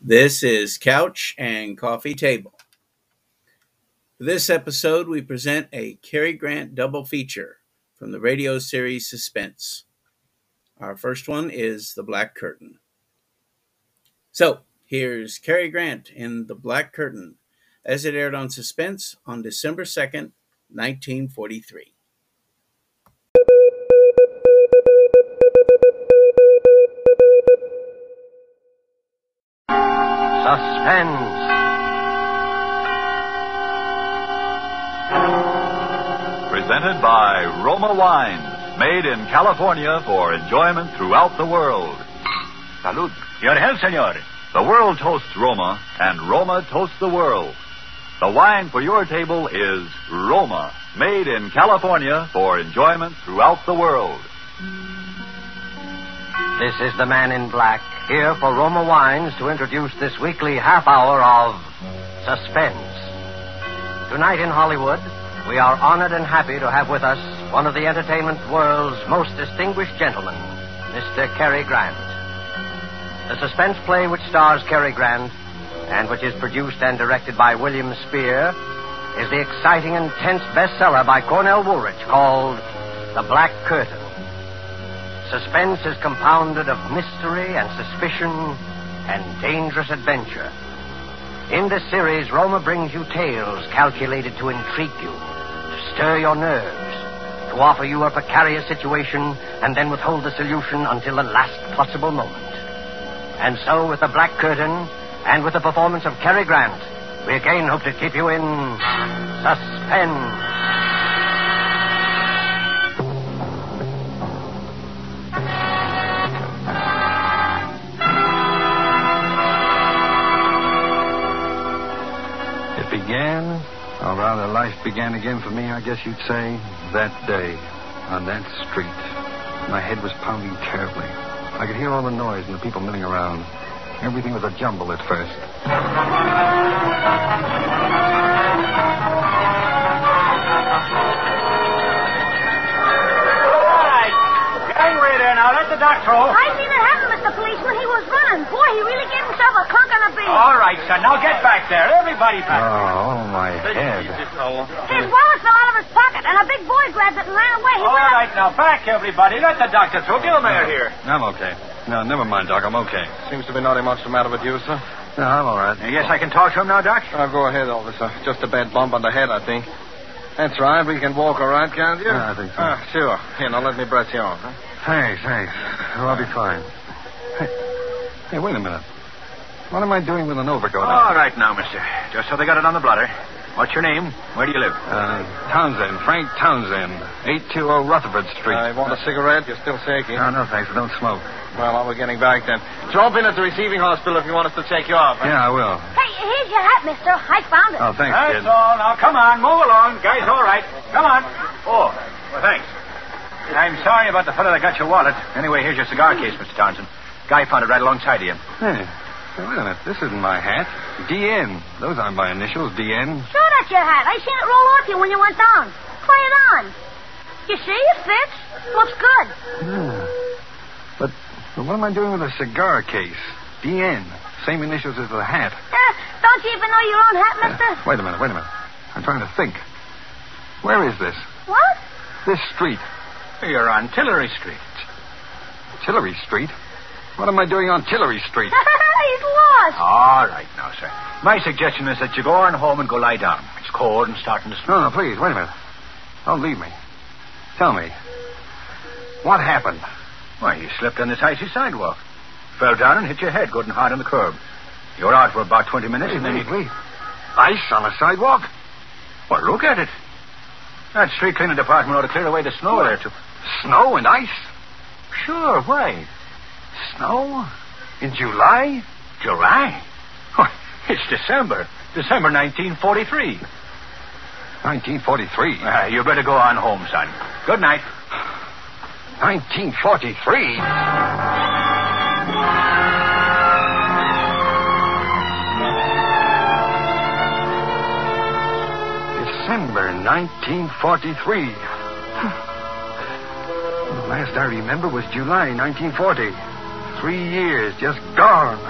This is Couch and Coffee Table. For this episode, we present a Cary Grant double feature from the radio series Suspense. Our first one is The Black Curtain. So, here's Cary Grant in The Black Curtain as it aired on Suspense on December 2nd, 1943. Suspense. Presented by Roma Wines, made in California for enjoyment throughout the world. Salud. Your health, senor. The world toasts Roma, and Roma toasts the world. The wine for your table is Roma, made in California for enjoyment throughout the world. This is the man in black, here for Roma Wines to introduce this weekly half hour of suspense. Tonight in Hollywood, we are honored and happy to have with us one of the entertainment world's most distinguished gentlemen, Mr. Cary Grant. The suspense play which stars Cary Grant and which is produced and directed by William Spear is the exciting and tense bestseller by Cornell Woolrich called The Black Curtain. Suspense is compounded of mystery and suspicion and dangerous adventure. In this series, Roma brings you tales calculated to intrigue you, to stir your nerves, to offer you a precarious situation, and then withhold the solution until the last possible moment. And so, with the Black Curtain and with the performance of Cary Grant, we again hope to keep you in suspense. It began, or rather, life began again for me, I guess you'd say, that day, on that street. My head was pounding terribly. I could hear all the noise and the people milling around. Everything was a jumble at first. Gangway there now. Let the doctor. I seen it happen, Mr. Policeman. He was running. Boy, he really gave himself a conk on the beat. right, son. Now get back there. Everybody Oh, oh, my head. His wallet fell out of his pocket, and a big boy grabbed it and ran away. He All went right, now back, everybody. Let the doctor through. Get him out of here. I'm okay. No, never mind, Doc. I'm okay. Seems to be not much the matter with you, sir. No, I'm all right. Yes, I can talk to him now, Doc. Oh, go ahead, officer. Just a bad bump on the head, I think. That's right. We can walk, all right, can't you? Yeah, I think so. Ah, sure. Here, now let me brush you off. Huh? Thanks, thanks. Well, I'll be fine. Hey, hey, wait a minute. What am I doing with an overcoat on? All right now, mister. Just so they got it on the blotter. What's your name? Where do you live? Uh, Townsend, Frank Townsend, 820 Rutherford Street. I want a cigarette. You're still shaky. No, no, thanks. I don't smoke. Well, while we're getting back, then. Drop in at the receiving hospital if you want us to check you up. Yeah, I will. out. Hey, here's your hat, mister. I found it. Oh, thanks, kid. That's all. Now, come on. Move along. Guy's all right. Come on. Oh, well, thanks. I'm sorry about the fellow that got your wallet. Anyway, here's your cigar case, Mr. Townsend. Guy found it right alongside of you. Hey, hey, wait a minute. This isn't my hat. DN. Those aren't my initials, DN. Sure, that's your hat. I seen it roll off you when you went down. Play it on. You see, it fits. Looks good. Yeah. But, but what am I doing with a cigar case? DN. Same initials as the hat. Eh, don't you even know your own hat, mister? Uh, wait a minute, wait a minute. I'm trying to think. Where is this? What? This street. You're on Tillery Street. Tillery Street? What am I doing on Tillery Street? He's lost. Oh. All right now, sir. My suggestion is that you go on home and go lie down. It's cold and starting to snow. No, no, please, wait a minute. Don't leave me. Tell me. What happened? Why, you slipped on this icy sidewalk. Fell down and hit your head good and hard on the curb. You were out for about 20 minutes and then you... wait. Ice on the sidewalk? Well, look at it. That street cleaning department ought to clear away the snow there, too. Snow and ice? Sure, why? Snow? In July? July? Why, It's December. December 1943. 1943. Ah, you better go on home, son. Good night. 1943? December 1943. the last I remember was July 1940. Three years just gone.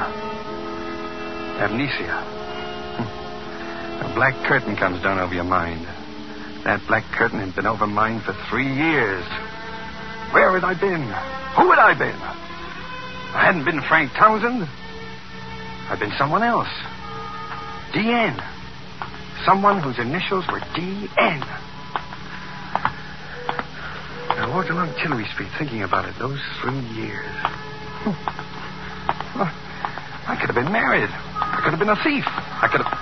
Amnesia. A black curtain comes down over your mind. That black curtain had been over mine for three years. Where had I been? Who had I been? I hadn't been Frank Townsend. I'd been someone else. D.N. Someone whose initials were D.N. I walked along Chillery Street thinking about it those three years. Hmm. I could have been married. I could have been a thief. I could have.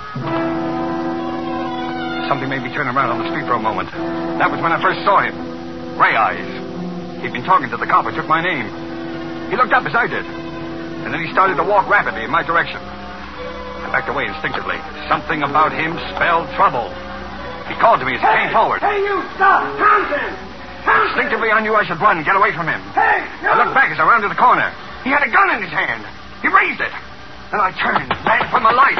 Something made me turn around on the street for a moment. That was when I first saw him. Ray Eyes. He'd been talking to the cop who took my name. He looked up as I did. And then he started to walk rapidly in my direction. I backed away instinctively. Something about him spelled trouble. He called to me as he came forward. Hey, you stop! Townsend! Townsend! Instinctively, I knew I should run, get away from him. Hey, you! I looked back as I rounded the corner. He had a gun in his hand. He raised it. Then I turned, ran for my life.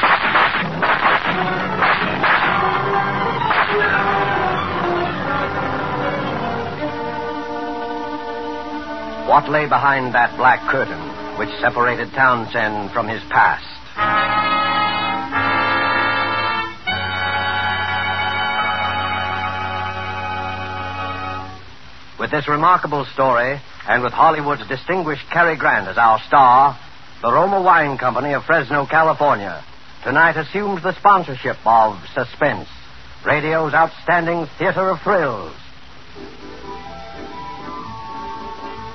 What lay behind that black curtain which separated Townsend from his past? With this remarkable story, and with Hollywood's distinguished Cary Grant as our star, the Roma Wine Company of Fresno, California, tonight assumes the sponsorship of Suspense, radio's outstanding theater of thrills.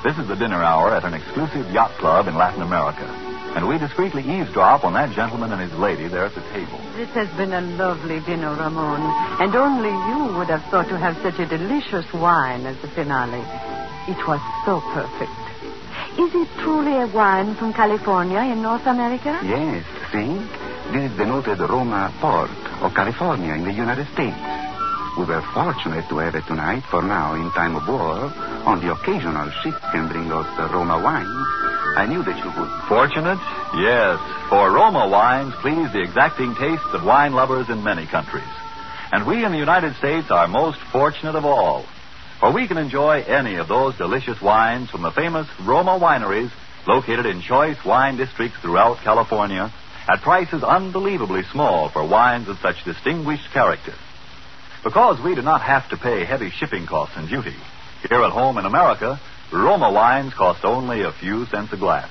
This is the dinner hour at an exclusive yacht club in Latin America. And we discreetly eavesdrop on that gentleman and his lady there at the table. This has been a lovely dinner, Ramon, and only you would have thought to have such a delicious wine as the finale. It was so perfect. Is it truly a wine from California in North America? Yes, see? This is the noted Roma port of California in the United States. We were fortunate to have it tonight for now in time of war. On the occasional ship can bring us the Roma wine. I knew that you would. Fortunate? Yes. For Roma wines please the exacting tastes of wine lovers in many countries. And we in the United States are most fortunate of all. For we can enjoy any of those delicious wines from the famous Roma wineries located in choice wine districts throughout California at prices unbelievably small for wines of such distinguished character. Because we do not have to pay heavy shipping costs and duty, here at home in America, Roma wines cost only a few cents a glass.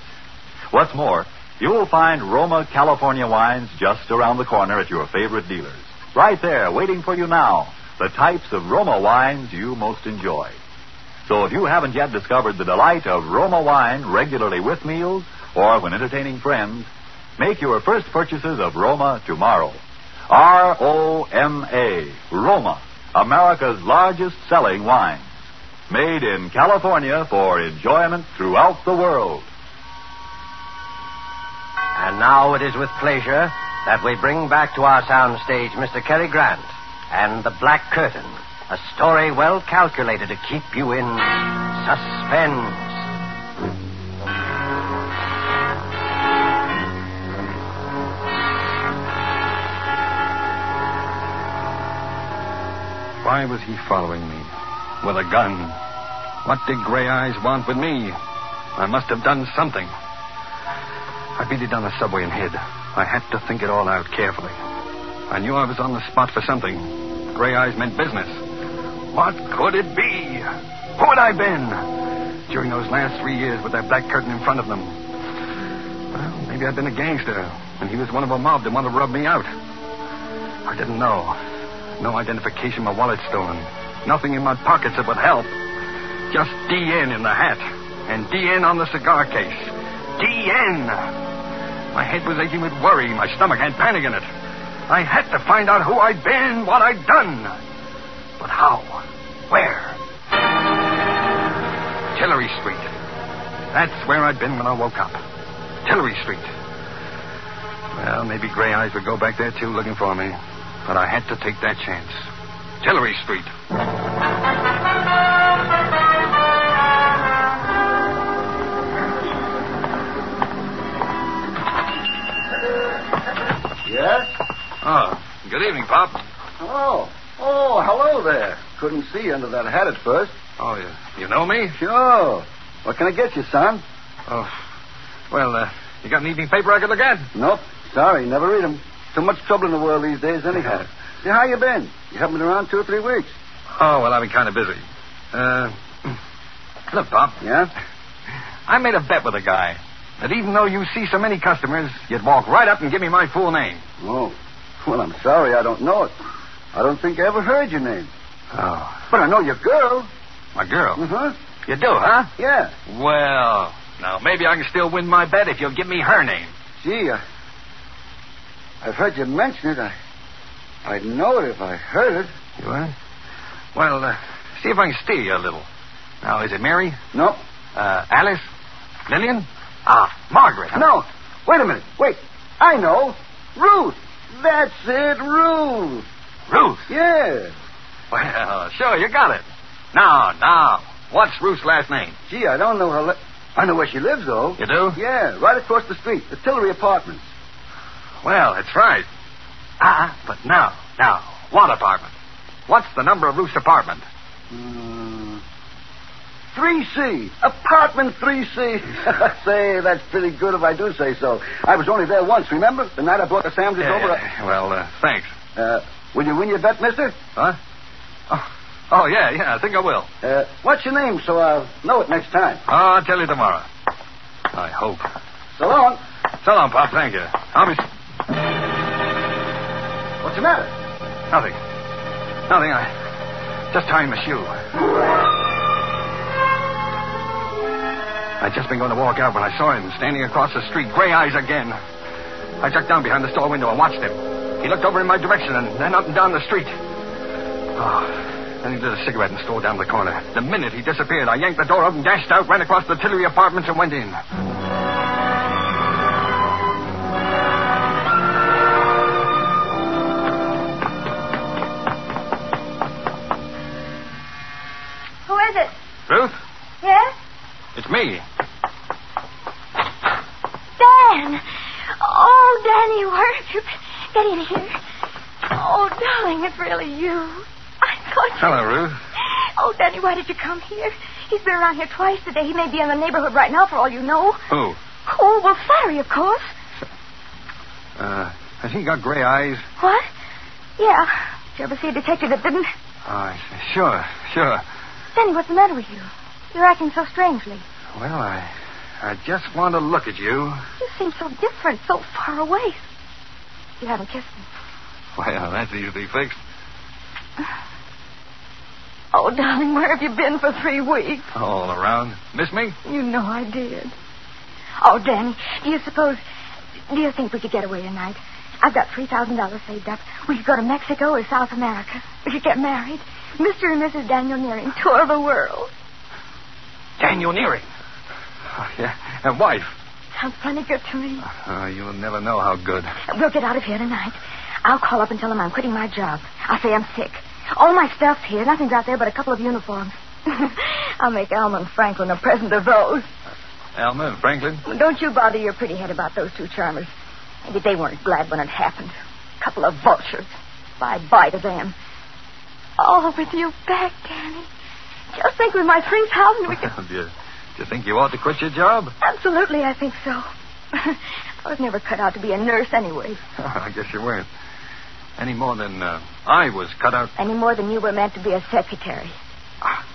What's more, you will find Roma California wines just around the corner at your favorite dealers. Right there, waiting for you now, the types of Roma wines you most enjoy. So if you haven't yet discovered the delight of Roma wine regularly with meals or when entertaining friends, make your first purchases of Roma tomorrow. R O M A, Roma, America's largest selling wine. Made in California for enjoyment throughout the world. And now it is with pleasure that we bring back to our soundstage Mr. Cary Grant and The Black Curtain, a story well calculated to keep you in suspense. Why was he following me? With a gun. What did Gray Eyes want with me? I must have done something. I beat it down the subway and hid. I had to think it all out carefully. I knew I was on the spot for something. Gray Eyes meant business. What could it be? Who had I been? During those last three years with that black curtain in front of them. Well, maybe I'd been a gangster, and he was one of a mob that wanted to rub me out. I didn't know. No identification, my wallet stolen. Nothing in my pockets that would help. Just DN in the hat, and DN on the cigar case. DN! My head was aching with worry. My stomach had panic in it. I had to find out who I'd been, what I'd done. But how? Where? Tillery Street. That's where I'd been when I woke up. Tillery Street. Well, maybe Gray Eyes would go back there, too, looking for me. But I had to take that chance. Tillery Street. Yes? Oh, good evening, Pop. Oh. Oh, hello there. Couldn't see you under that hat at first. Oh, you, you know me? Sure. What can I get you, son? Oh, well, uh, you got an evening paper I could look at? Nope. Sorry, never read 'em. Too much trouble in the world these days, anyhow. See, how you been? You haven't been around two or three weeks. Oh, well, I've been kind of busy. Uh, look, Pop. Yeah? I made a bet with a guy that even though you see so many customers, you'd walk right up and give me my full name. Oh. Well, I'm sorry I don't know it. I don't think I ever heard your name. Oh. But I know your girl. My girl. Uh-huh. You do, huh? Yeah. Well, now maybe I can still win my bet if you'll give me her name. Gee, I, I've heard you mention it. I, I'd know it if I heard it. You are? Well, uh, see if I can steer you a little. Now, is it Mary? Nope. Uh, Alice? Lillian? Ah, Margaret. huh? No. Wait a minute. Wait. I know. Ruth. That's it, Ruth. Ruth. Yeah. Well, sure, you got it. Now, now, what's Ruth's last name? Gee, I don't know her. Li- I know where she lives, though. You do? Yeah, right across the street, the Tillery Apartments. Well, that's right. Ah, but now, now, what apartment? What's the number of Ruth's apartment? Hmm. Mm. 3C. Apartment 3C. say, that's pretty good if I do say so. I was only there once, remember? The night I brought the sandwiches Yeah, over. yeah, Well, uh, thanks. Uh, will you win your bet, mister? Huh? Oh, oh, yeah, yeah, I think I will. Uh, what's your name so I'll know it next time? Oh, I'll tell you tomorrow. I hope. So long. So long, Pop. Thank you. I'll be... What's the matter? Nothing. Nothing. I just tying my shoe. I'd just been going to walk out when I saw him standing across the street, gray eyes again. I ducked down behind the store window and watched him. He looked over in my direction and then up and down the street. Oh, then he lit a cigarette and stole down the corner. The minute he disappeared, I yanked the door open, dashed out, ran across the Tillery apartments, and went in. Who is it? Ruth, Yes? it's me. Dan! Oh, Danny, where have you been? Get in here. Oh, darling, it's really you. I thought you. Hello, Ruth. Oh, Danny, why did you come here? He's been around here twice today. He may be in the neighborhood right now, for all you know. Who? Oh, well, Farry, of course. Uh, has he got gray eyes? What? Yeah. Did you ever see a detective that didn't? Oh, I see. Sure, sure. Danny, what's the matter with you? You're acting so strangely. Well, I, I just want to look at you. You seem so different, so far away. You haven't kissed me. Well, that's easily fixed. Oh, darling, where have you been for three weeks? All around. Miss me? You know I did. Oh, Danny, do you suppose. Do you think we could get away tonight? I've got $3,000 saved up. We could go to Mexico or South America. We could get married. Mr. and Mrs. Daniel Nearing, tour of the world. Daniel Nearing. Oh, yeah, and wife. Sounds plenty good to me. Oh, you'll never know how good. We'll get out of here tonight. I'll call up and tell them I'm quitting my job. I'll say I'm sick. All my stuff's here. Nothing's out there but a couple of uniforms. I'll make Alma and Franklin a present of those. Alma and Franklin. Don't you bother your pretty head about those two charmers. Maybe they weren't glad when it happened. Couple of vultures. Bye-bye to them. Oh, with you back, Danny. Just think with my 3000 we could... do, you, do you think you ought to quit your job? Absolutely, I think so. I was never cut out to be a nurse anyway. I guess you weren't. Any more than uh, I was cut out. Any more than you were meant to be a secretary. Ah,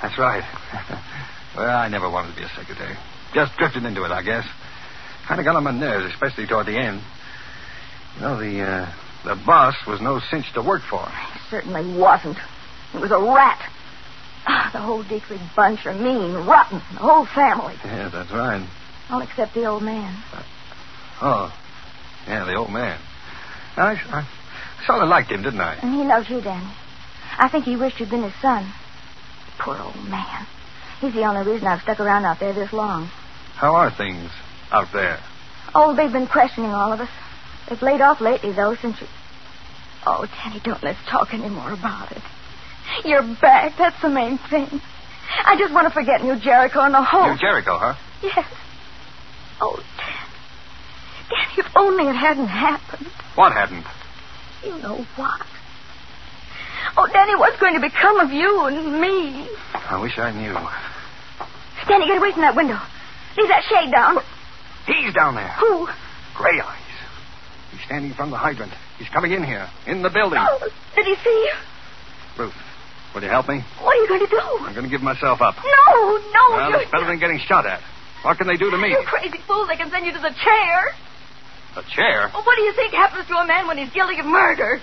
that's right. well, I never wanted to be a secretary. Just drifted into it, I guess. Kind of got on my nerves, especially toward the end. You know, the uh, the boss was no cinch to work for. certainly wasn't. It was a rat. Ah, the whole Dietrich bunch are mean, rotten, the whole family. Yeah, that's right. All except the old man. Oh, yeah, the old man. I, I sort of liked him, didn't I? And he loves you, Danny. I think he wished you'd been his son. Poor old man. He's the only reason I've stuck around out there this long. How are things out there? Oh, they've been questioning all of us. They've laid off lately, though, since you. Oh, Danny, don't let's talk any more about it. You're back. That's the main thing. I just want to forget New Jericho and the whole. New Jericho, huh? Yes. Oh, Dan. Dan, if only it hadn't happened. What happened? You know what? Oh, Danny, what's going to become of you and me? I wish I knew. Danny, get away from that window. Leave that shade down. He's down there. Who? Gray eyes. standing from the hydrant. He's coming in here, in the building. Oh, did he see you? Ruth, will you help me? What are you going to do? I'm going to give myself up. No, no. Well, you're, it's better than getting shot at. What can they do to me? You crazy fool. They can send you to the chair. A chair? Well, what do you think happens to a man when he's guilty of murder?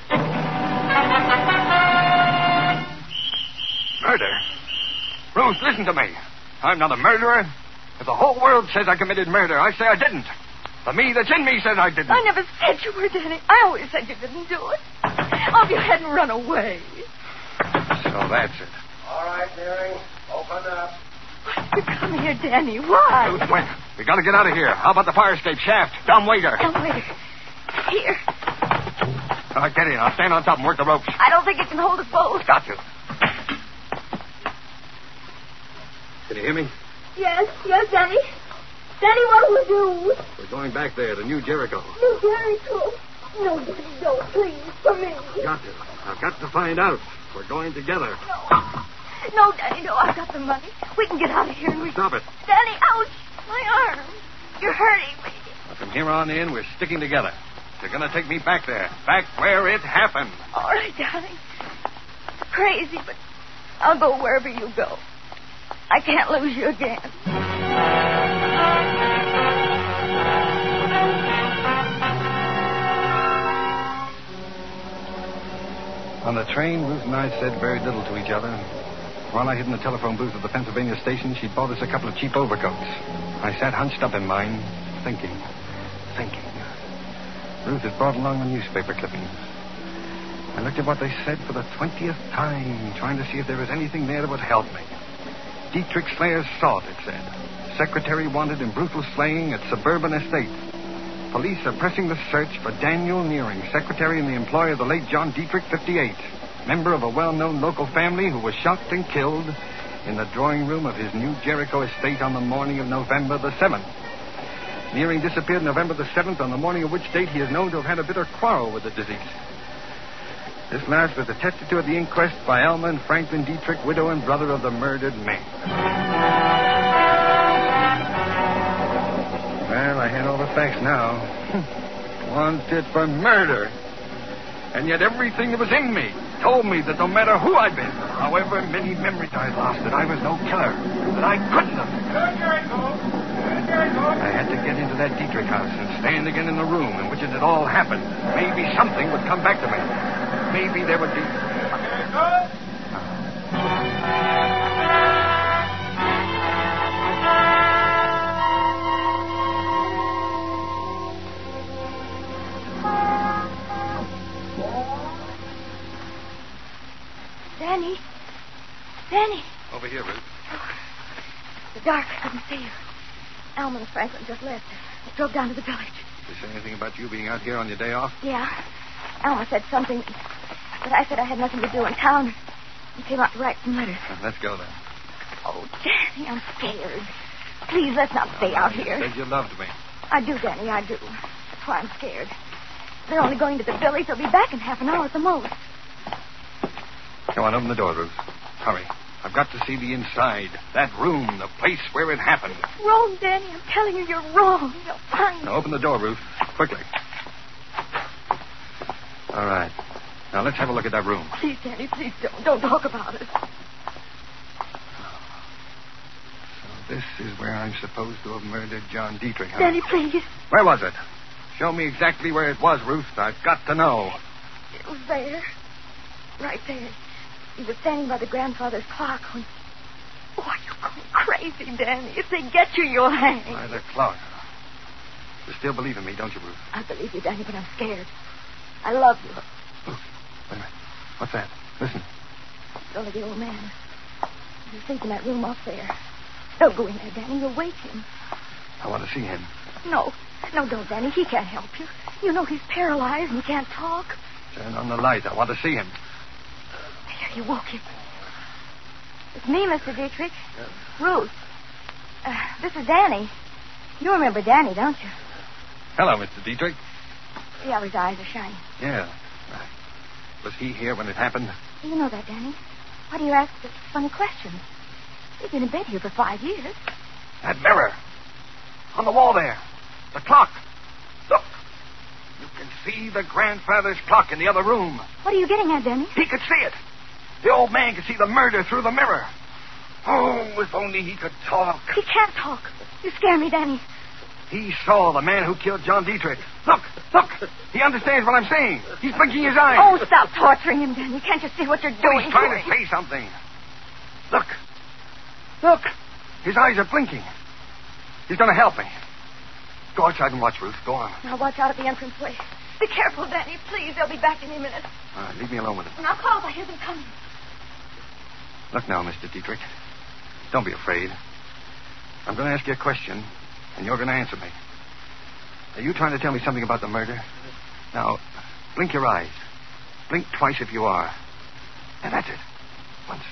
Murder? Ruth, listen to me. I'm not a murderer. If the whole world says I committed murder, I say I didn't. The me that's in me says I didn't. I never said you were, Danny. I always said you didn't do it. Oh, if you hadn't run away. So that's it. All right, dearie. Open up. Why did you come here, Danny? Why? Ruth, wait. We gotta get out of here. How about the fire escape shaft? Dumb waiter. Now, wait. Here. All right, get in. I'll stand on top and work the ropes. I don't think it can hold us both. Got you. Can you hear me? Yes, yes, Danny. Danny, what will we do? We're going back there to New Jericho. No, Danny, no. No, Danny, no, please, for me. Got to. I've got to find out. We're going together. No. No, Danny, no. I've got the money. We can get out of here and we... Stop it. Danny, ouch. My arm. You're hurting me. From here on in, we're sticking together. You're going to take me back there, back where it happened. All right, darling. It's crazy, but I'll go wherever you go. I can't lose you again. On the train, Ruth and I said very little to each other. While I hid in the telephone booth at the Pennsylvania station, she bought us a couple of cheap overcoats. I sat hunched up in mine, thinking, thinking. Ruth had brought along the newspaper clippings. I looked at what they said for the twentieth time, trying to see if there was anything there that would help me. Dietrich Slayer's salt, it said. Secretary wanted in brutal slaying at suburban estate. Police are pressing the search for Daniel Nearing, secretary in the employ of the late John Dietrich, 58, member of a well known local family who was shot and killed in the drawing room of his New Jericho estate on the morning of November the 7th. Nearing disappeared November the 7th, on the morning of which date he is known to have had a bitter quarrel with the disease. This last was attested to at the inquest by Alma and Franklin Dietrich, widow and brother of the murdered man. Well, I had all the facts now. Wanted for murder. And yet everything that was in me told me that no matter who I'd been, however many memories I lost, that I was no killer, that I couldn't have. New Jericho. New Jericho. I had to get into that Dietrich house and stand again in the room in which it had all happened. Maybe something would come back to me. Maybe there would be. Jericho. Danny. Danny. Over here, Ruth. The dark. I couldn't see you. Alma and Franklin just left. They drove down to the village. Did they say anything about you being out here on your day off? Yeah. Alma said something, but I said I had nothing to do in town. and came out to write some letters. Well, Let's go then. Oh, Danny, I'm scared. Please, let's not stay out You here. said you loved me. I do, Danny, I do. That's why I'm scared. They're only going to the village. They'll be back in half an hour at the most. Come on, open the door, Ruth. Hurry. I've got to see the inside. That room, the place where it happened. Wrong, Danny. I'm telling you, you're wrong. They'll find Now open the door, Ruth. Quickly. All right. Now let's have a look at that room. Please, Danny, please don't. Don't talk about it. This is where I'm supposed to have murdered John Dietrich. huh? Danny, please. Where was it? Show me exactly where it was, Ruth. I've got to know. It was there. Right there. He was standing by the grandfather's clock when. Oh, are you going crazy, Danny? If they get you, you'll hang. By the clock. You still believe in me, don't you, Ruth? I believe you, Danny, but I'm scared. I love you. Wait a minute. What's that? Listen. It's only the old man. He's asleep in that room off there. Don't go in there, Danny. You'll wake him. I want to see him. No. No, don't, Danny. He can't help you. You know he's paralyzed and can't talk. Turn on the light. I want to see him. There, you woke him. It's me, Mr. Dietrich. Ruth. Uh, this is Danny. You remember Danny, don't you? Hello, Mr. Dietrich. See how his eyes are shining. Yeah. Was he here when it happened? You know that, Danny. Why do you ask such funny questions? You've been in bed here for five years. That mirror. On the wall there. The clock. Look. You can see the grandfather's clock in the other room. What are you getting at, Denny? He could see it. The old man could see the murder through the mirror. Oh, if only he could talk. He can't talk. You scare me, Danny. He saw the man who killed John Dietrich. Look, look. He understands what I'm saying. He's blinking his eyes. Oh, stop torturing him, Danny. Can't you see what you're Well, doing? he's trying to say something. Look. Look. His eyes are blinking. He's going to help me. Go outside and watch, Ruth. Go on. Now watch out at the entrance way. Be careful, Danny. Please, they'll be back any minute. All right, Uh, leave me alone with him. Now call if I hear them coming. Look now, Mr. Dietrich. Don't be afraid. I'm going to ask you a question, and you're going to answer me. Are you trying to tell me something about the murder? Now, blink your eyes. Blink twice if you are. And that's it. Once.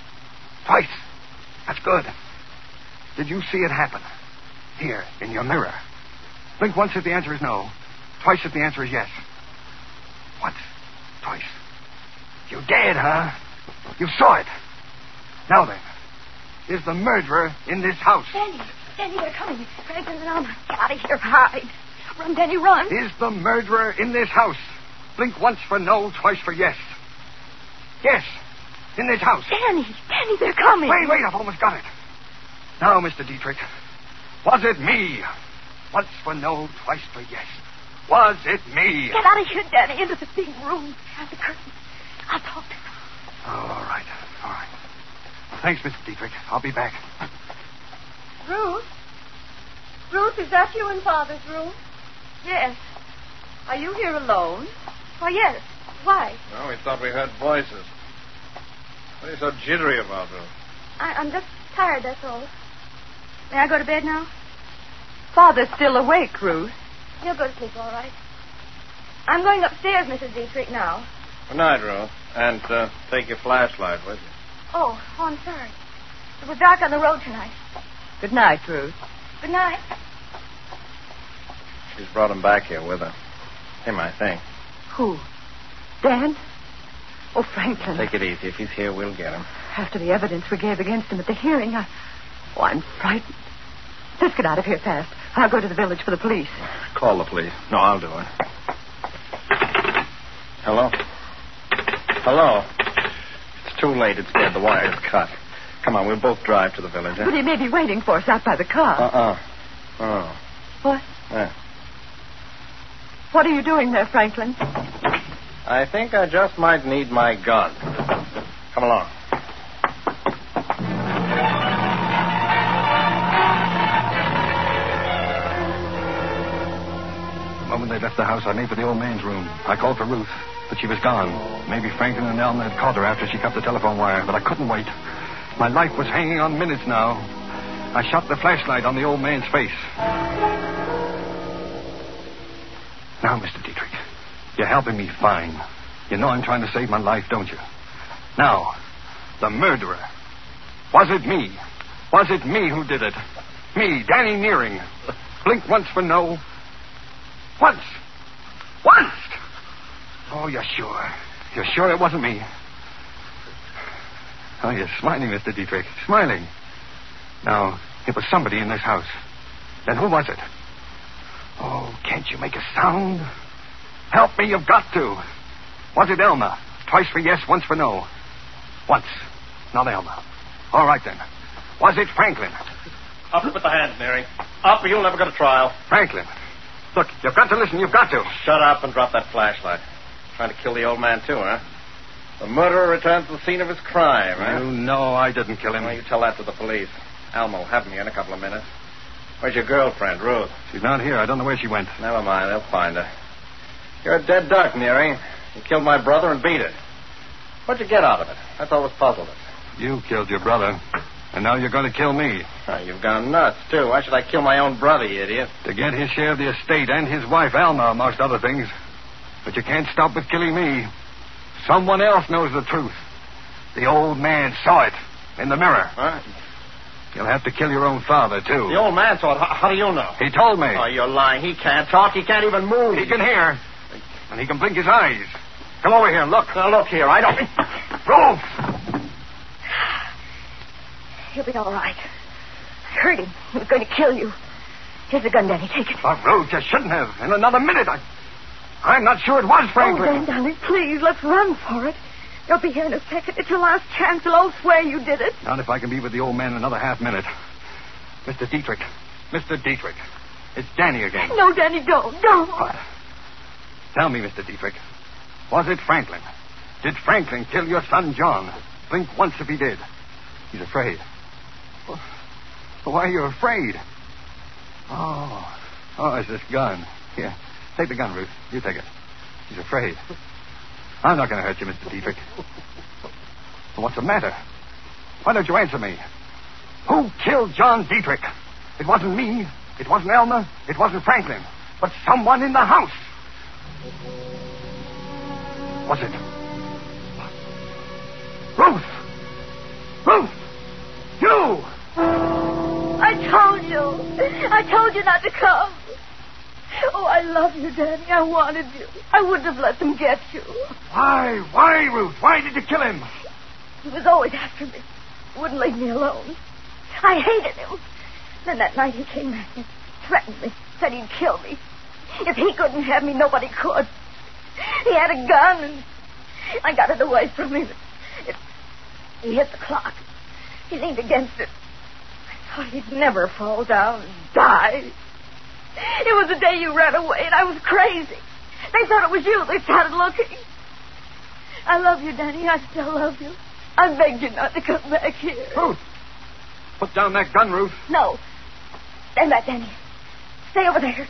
Twice. That's good. Did you see it happen? Here, in your mirror. Blink once if the answer is no. Twice if the answer is yes. Once. Twice. You did, huh? You saw it. Now then, is the murderer in this house? Danny, Danny, they're coming. Cranston and Alma. Get out of here. Hide. Run, Danny, run. Is the murderer in this house? Blink once for no, twice for yes. Yes, in this house. Danny, Danny, they're coming. Wait, wait, I've almost got it. Now, Mr. Dietrich, was it me? Once for no, twice for yes. Was it me? Get out of here, Danny, into the big room. Behind the curtain. I'll talk to them. Oh, all right, all right. Thanks, Mr. Dietrich. I'll be back. Ruth? Ruth, is that you in Father's room? Yes. Are you here alone? Oh, yes. Why? Well, we thought we heard voices. What are you so jittery about, Ruth? I, I'm just tired, that's all. May I go to bed now? Father's still awake, Ruth. You'll go to sleep, all right. I'm going upstairs, Mrs. Dietrich, now. Good night, Ruth. And uh, take your flashlight with you. Oh, oh, I'm sorry. It was dark on the road tonight. Good night, Ruth. Good night. She's brought him back here with her. Him, I think. Who? Dan? Oh, Franklin. Take it easy. If he's here, we'll get him. After the evidence we gave against him at the hearing, I. Oh, I'm frightened. Let's get out of here fast. I'll go to the village for the police. Call the police. No, I'll do it. Hello? Hello? It's too late. It's dead. The wire's cut. Come on, we'll both drive to the village. But Eh? he may be waiting for us out by the Uh. car. Uh-uh. Oh. What? Yeah. What are you doing there, Franklin? I think I just might need my gun. Come along. The moment they left the house, I made for the old man's room. I called for Ruth, but she was gone. Maybe Franklin and Elmer had caught her after she cut the telephone wire, but I couldn't wait. My life was hanging on minutes now. I shot the flashlight on the old man's face. Now, Mr. Dietrich, you're helping me fine. You know I'm trying to save my life, don't you? Now, the murderer. Was it me? Was it me who did it? Me, Danny Nearing. Blink once for no, once. Once. Oh, you're sure. You're sure it wasn't me. Oh, you're smiling, Mr. Dietrich. Smiling. Now, it was somebody in this house. Then who was it? Oh, can't you make a sound? Help me, you've got to. Was it Elma? Twice for yes, once for no. Once. Not Elma. All right, then. Was it Franklin? Up with the hands, Mary. Up or you'll never get a trial. Franklin. Look, you've got to listen. You've got to. Shut up and drop that flashlight. Trying to kill the old man, too, huh? The murderer returns to the scene of his crime, huh? You know I didn't kill him. Well, you tell that to the police. Alma will have me in a couple of minutes. Where's your girlfriend, Ruth? She's not here. I don't know where she went. Never mind. They'll find her. You're a dead duck, Neary. You killed my brother and beat it. What'd you get out of it? That's always puzzled us. You killed your brother, and now you're going to kill me Oh, you've gone nuts, too. Why should I kill my own brother, you idiot? to get his share of the estate and his wife, Alma, amongst other things. But you can't stop with killing me. Someone else knows the truth. The old man saw it in the mirror. Huh? You'll have to kill your own father, too. The old man saw it. How, how do you know? He told me. Oh, you're lying. He can't talk. He can't even move. He can hear, and he can blink his eyes. Come over here and look. Now, look here. I don't... Rolf! He'll be all right. I heard him. He was going to kill you. Here's the gun, Danny. Take it. But Rhodes, you shouldn't have. In another minute, I. I'm not sure it was Franklin. Oh, Dan, darling, please, let's run for it. You'll be here in a second. It's your last chance. You'll all swear you did it. Not if I can be with the old man another half minute. Mr. Dietrich. Mr. Dietrich. It's Danny again. No, Danny, don't. Don't. Tell me, Mr. Dietrich. Was it Franklin? Did Franklin kill your son, John? Think once if he did. He's afraid. Well, Why are you afraid? Oh. Oh, it's this gun. Here. Take the gun, Ruth. You take it. He's afraid. I'm not going to hurt you, Mr. Dietrich. But what's the matter? Why don't you answer me? Who killed John Dietrich? It wasn't me. It wasn't Elmer. It wasn't Franklin. But someone in the house. Was it? Ruth! Ruth! You! I told you. I told you not to come. Oh, I love you, Danny. I wanted you. I wouldn't have let them get you. Why? Why, Ruth? Why did you kill him? He was always after me. Wouldn't leave me alone. I hated him. Then that night he came back and threatened me. Said he'd kill me. If he couldn't have me, nobody could. He had a gun and I got it away from him. It, he hit the clock. He leaned against it. I thought he'd never fall down and die. It was the day you ran away, and I was crazy. They thought it was you. They started looking. I love you, Danny. I still love you. I begged you not to come back here. Ruth! Put down that gun, Ruth. No. Stand back, Danny. Stay over there.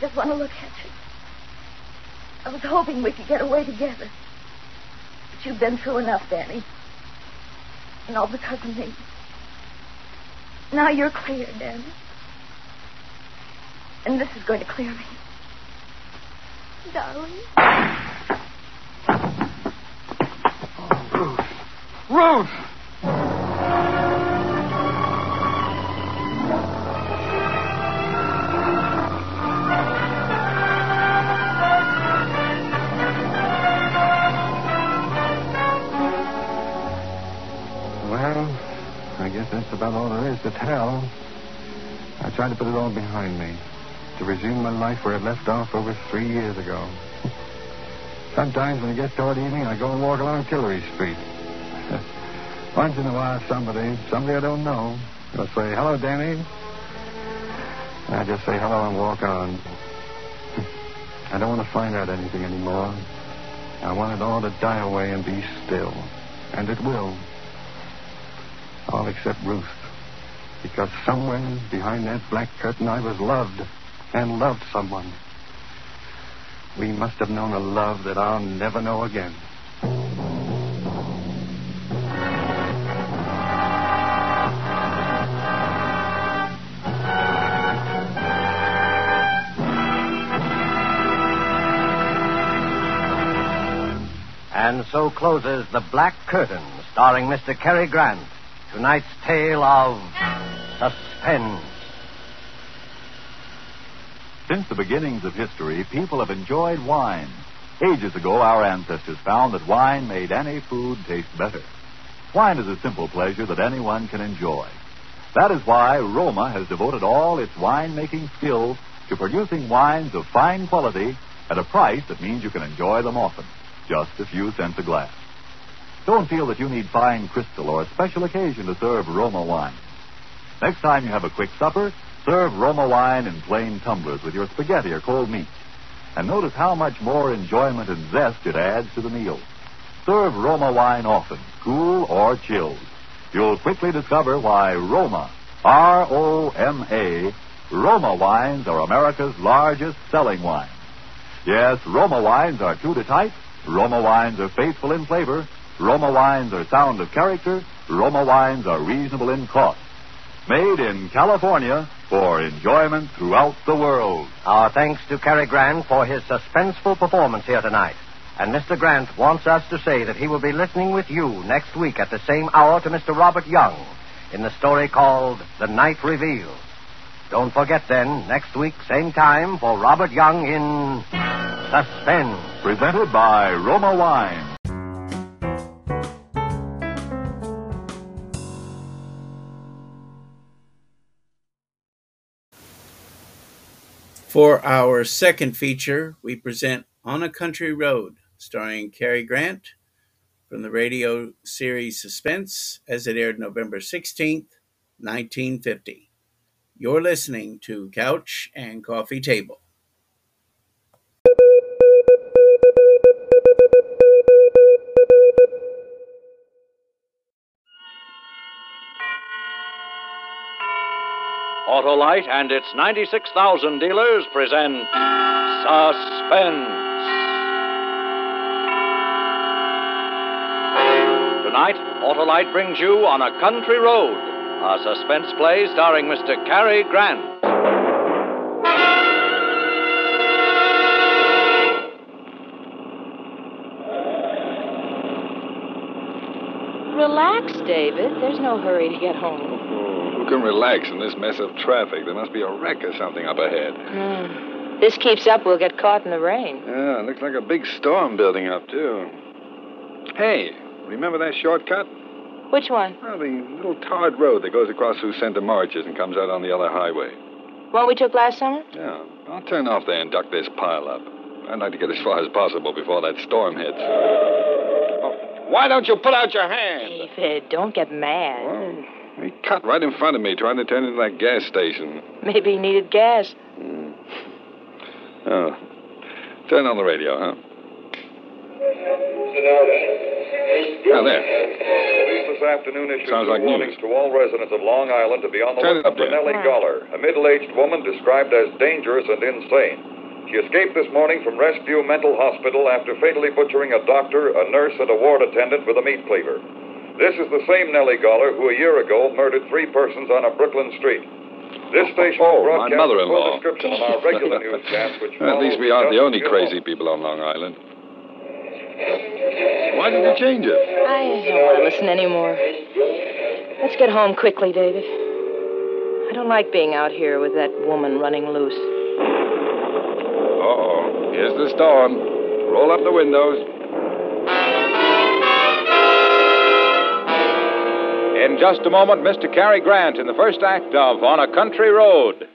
Just want to look at you. I was hoping we could get away together. But you've been through enough, Danny. And all because of me. Now you're clear, Danny. And this is going to clear me. Darling. Ruth! Ruth! Well, I guess that's about all there is to tell. I tried to put it all behind me, to resume my life where it left off over three years ago. Sometimes when it gets toward evening, I go and walk along Tillery Street. Once in a while, somebody, somebody I don't know, will say, Hello, Danny. And I just say hello and walk on. I don't want to find out anything anymore. I want it all to die away and be still. And it will. All except Ruth. Because somewhere behind that black curtain, I was loved. And loved someone. We must have known a love that I'll never know again. And so closes The Black Curtain, starring Mr. Cary Grant. Tonight's tale of suspense. Since the beginnings of history, people have enjoyed wine. Ages ago, our ancestors found that wine made any food taste better. Wine is a simple pleasure that anyone can enjoy. That is why Roma has devoted all its winemaking skill to producing wines of fine quality at a price that means you can enjoy them often, just a few cents a glass. Don't feel that you need fine crystal or a special occasion to serve Roma wine. Next time you have a quick supper, serve Roma wine in plain tumblers with your spaghetti or cold meat. And notice how much more enjoyment and zest it adds to the meal. Serve Roma wine often, cool or chilled. You'll quickly discover why Roma, R O M A, Roma wines are America's largest selling wine. Yes, Roma wines are true to type. Roma wines are faithful in flavor. Roma wines are sound of character. Roma wines are reasonable in cost. Made in California for enjoyment throughout the world. Our thanks to Cary Grant for his suspenseful performance here tonight. And Mr. Grant wants us to say that he will be listening with you next week at the same hour to Mr. Robert Young in the story called The Night Reveal. Don't forget then, next week, same time, for Robert Young in Suspense. Presented by Roma Wine. For our second feature, we present On a Country Road, starring Cary Grant from the radio series Suspense, as it aired November 16th, 1950. You're listening to Couch and Coffee Table. Autolite and its 96,000 dealers present Suspense. Tonight, Autolite brings you On a Country Road, a suspense play starring Mr. Cary Grant. Relax, David. There's no hurry to get home. Who can relax in this mess of traffic? There must be a wreck or something up ahead. Hmm. This keeps up, we'll get caught in the rain. Yeah, looks like a big storm building up, too. Hey, remember that shortcut? Which one? Well, the little tarred road that goes across through Santa Marches and comes out on the other highway. One we took last summer? Yeah, I'll turn off there and duck this pile up. I'd like to get as far as possible before that storm hits. Why don't you put out your hand? David, don't get mad. He cut right in front of me, trying to turn into that gas station. Maybe he needed gas. Oh. Turn on the radio, huh? Now there. Police this afternoon issued Sounds two like warnings to all residents of Long Island to be on the Turn it lookout up, for Dan. Nellie Goller, a middle-aged woman described as dangerous and insane. She escaped this morning from Rescue Mental Hospital after fatally butchering a doctor, a nurse, and a ward attendant with a meat cleaver. This is the same Nellie Goller who a year ago murdered three persons on a Brooklyn street. This station Oh, my broadcasts a full mother-in-law. description on our regular newscast, which At least we aren't the only crazy people on Long Island. Why did you change it? I don't want to listen anymore. Let's get home quickly, David. I don't like being out here with that woman running loose. Uh-oh. Here's the storm. Roll up the windows. In just a moment, Mr. Cary Grant in the first act of On a Country Road.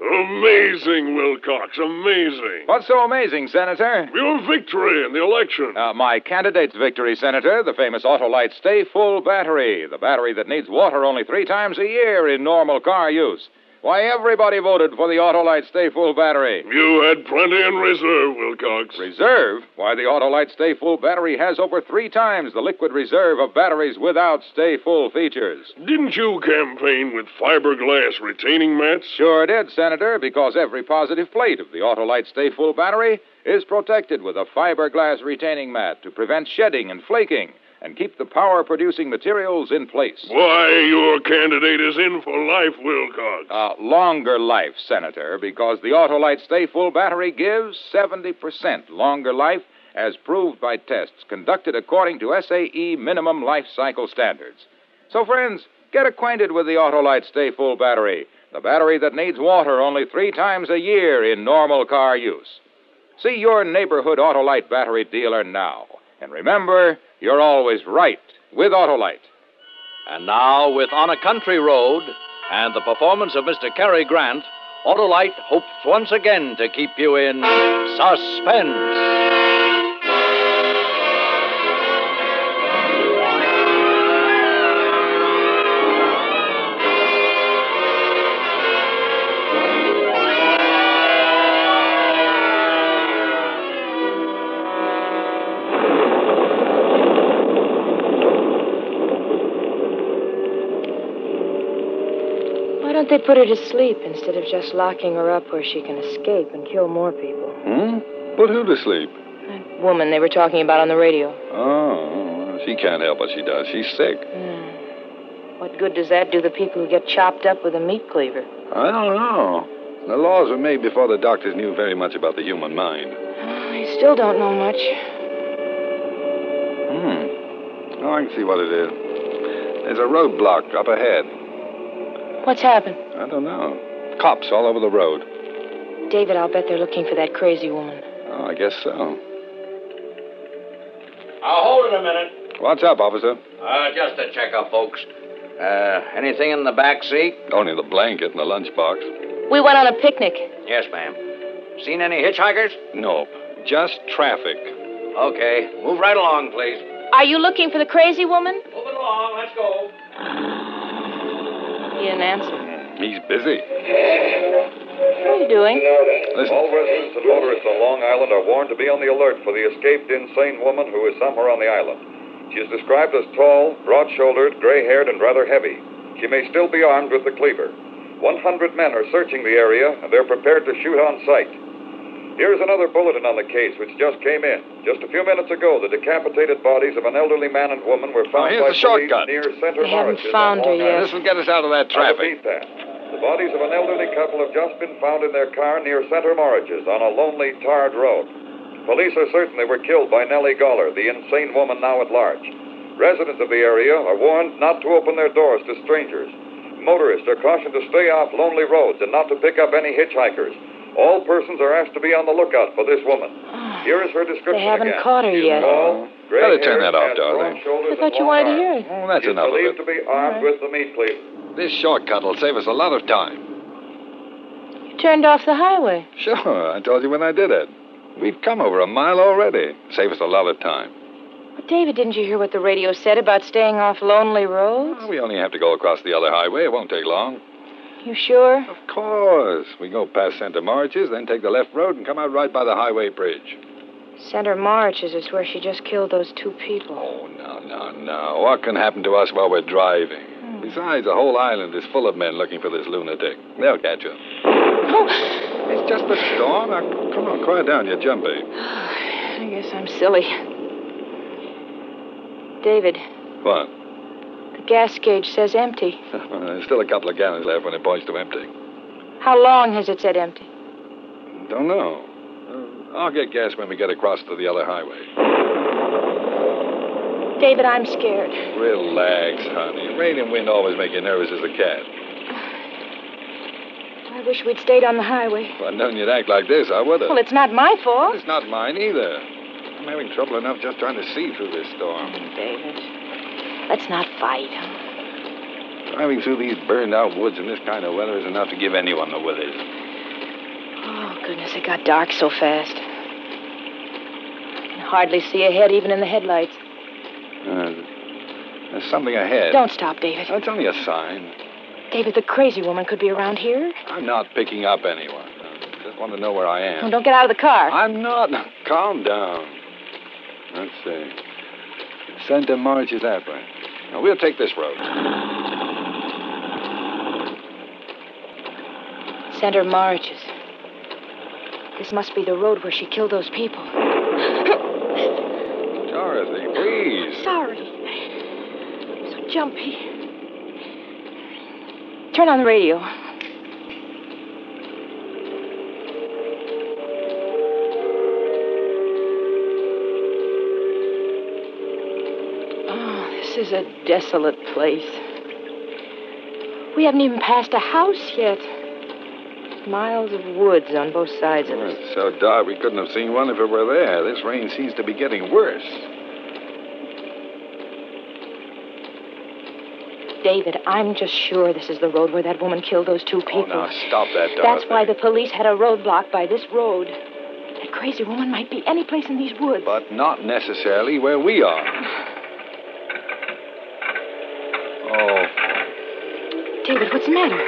Amazing, Wilcox, amazing. What's so amazing, Senator? Your victory in the election. Uh, my candidate's victory, Senator, the famous Autolite Stay Full battery, the battery that needs water only three times a year in normal car use. Why, everybody voted for the Autolite Stay Full battery. You had plenty in reserve, Wilcox. Reserve? Why, the Autolite Stay Full battery has over three times the liquid reserve of batteries without Stay Full features. Didn't you campaign with fiberglass retaining mats? Sure did, Senator, because every positive plate of the Autolite Stay Full battery is protected with a fiberglass retaining mat to prevent shedding and flaking and keep the power producing materials in place. Why, your candidate is in for life, Wilcox. Uh, longer life, Senator, because the Autolite Stay Full battery gives 70% longer life as proved by tests conducted according to SAE minimum life cycle standards. So, friends, get acquainted with the Autolite Stay Full battery, the battery that needs water only three times a year in normal car use. See your neighborhood Autolite battery dealer now. And remember, you're always right with Autolite. And now, with On a Country Road and the performance of Mr. Cary Grant, Autolite hopes once again to keep you in suspense. Why don't they put her to sleep instead of just locking her up where she can escape and kill more people? Hmm? Put who to sleep? Woman they were talking about on the radio. Oh, she can't help what she does. She's sick. What good does that do the people who get chopped up with a meat cleaver? I don't know. The laws were made before the doctors knew very much about the human mind. I still don't know much. Hmm. Oh, I can see what it is. There's a roadblock up ahead. What's happened? I don't know. Cops all over the road. David, I'll bet they're looking for that crazy woman. Oh, I guess so. I'll hold it a minute. What's up, officer? Uh, just a checkup, folks. Uh, anything in the back seat? Only the blanket and the lunchbox. We went on a picnic. Yes, ma'am. Seen any hitchhikers? Nope. Just traffic. Okay. Move right along, please. Are you looking for the crazy woman? Move it along. Let's go. He didn't answer. He's busy. What are you doing? All residents and motorists on Long Island are warned to be on the alert for the escaped insane woman who is somewhere on the island. She is described as tall, broad shouldered, gray haired, and rather heavy. She may still be armed with the cleaver. 100 men are searching the area, and they're prepared to shoot on sight. Here's another bulletin on the case which just came in. Just a few minutes ago, the decapitated bodies of an elderly man and woman were Oh, found here's by the shortcut. police near Center Morris's on Long Island. This will get us out of that I traffic. repeat that. The bodies of an elderly couple have just been found in their car near Center Morridge's on a lonely, tarred road. Police are certain they were killed by Nellie Goller, the insane woman now at large. Residents of the area are warned not to open their doors to strangers. Motorists are cautioned to stay off lonely roads and not to pick up any hitchhikers. All persons are asked to be on the lookout for this woman. Here is her description Ah, They haven't again. caught her She's yet. tall, Better gray-haired, turn that off, has darling. broad shoulders I thought and you long wanted to arms. hear it. Well, that's She's enough of believed it. to be armed with the meat cleaver. This shortcut will save us a lot of time. You turned off the highway. Sure, I told you when I did it. We've come over a mile already. Save us a lot of time. But David, didn't you hear what the radio said about staying off lonely roads? We only have to go across the other highway. It won't take long. You sure? Of course. We go past Santa Marches, then take the left road and come out right by the highway bridge. Center Marches is where she just killed those two people. Oh, No, no, no. What can happen to us while we're driving? Besides, the whole island is full of men looking for this lunatic. They'll catch her. Oh. It's just the storm. Now, come on, quiet down. You're jumpy. I guess I'm silly. David, What? the gas gauge says empty. There's still a couple of gallons left when it points to empty. How long has it said empty? Don't know. Uh, I'll get gas when we get across to the other highway. David, I'm scared. Relax, honey. Rain and wind always make you nervous as a cat. I wish we'd stayed on the highway. If I'd known you'd act like this, I would have. Well, it's not my fault. It's not mine either. I'm having trouble enough just trying to see through this storm. David. Let's not fight. Driving through these burned out woods in this kind of weather is enough to give anyone the willies. Oh, goodness, it got dark so fast. I can hardly see ahead, even in the headlights. Uh, there's something ahead. Don't stop, David. That's only a sign. David, the crazy woman could be around here. I'm not picking up anyone. I just want to know where I am. Oh, don't get out of the car. I'm not. Calm down. Let's see. Santa March is that way. Now, we'll take this road. Center Marches. This must be the road where she killed those people. Dorothy, please. Sorry. I'm so jumpy. Turn on the radio. Oh, this is a desolate place. We haven't even passed a house yet. Miles of woods on both sides of us. It's so dark we couldn't have seen one if it were there. This rain seems to be getting worse. David, I'm just sure this is the road where that woman killed those two people. Now, stop that, Dorothy. That's why the police had a roadblock by this road. That crazy woman might be any place in these woods. But not necessarily where we are. Oh, David, what's the matter?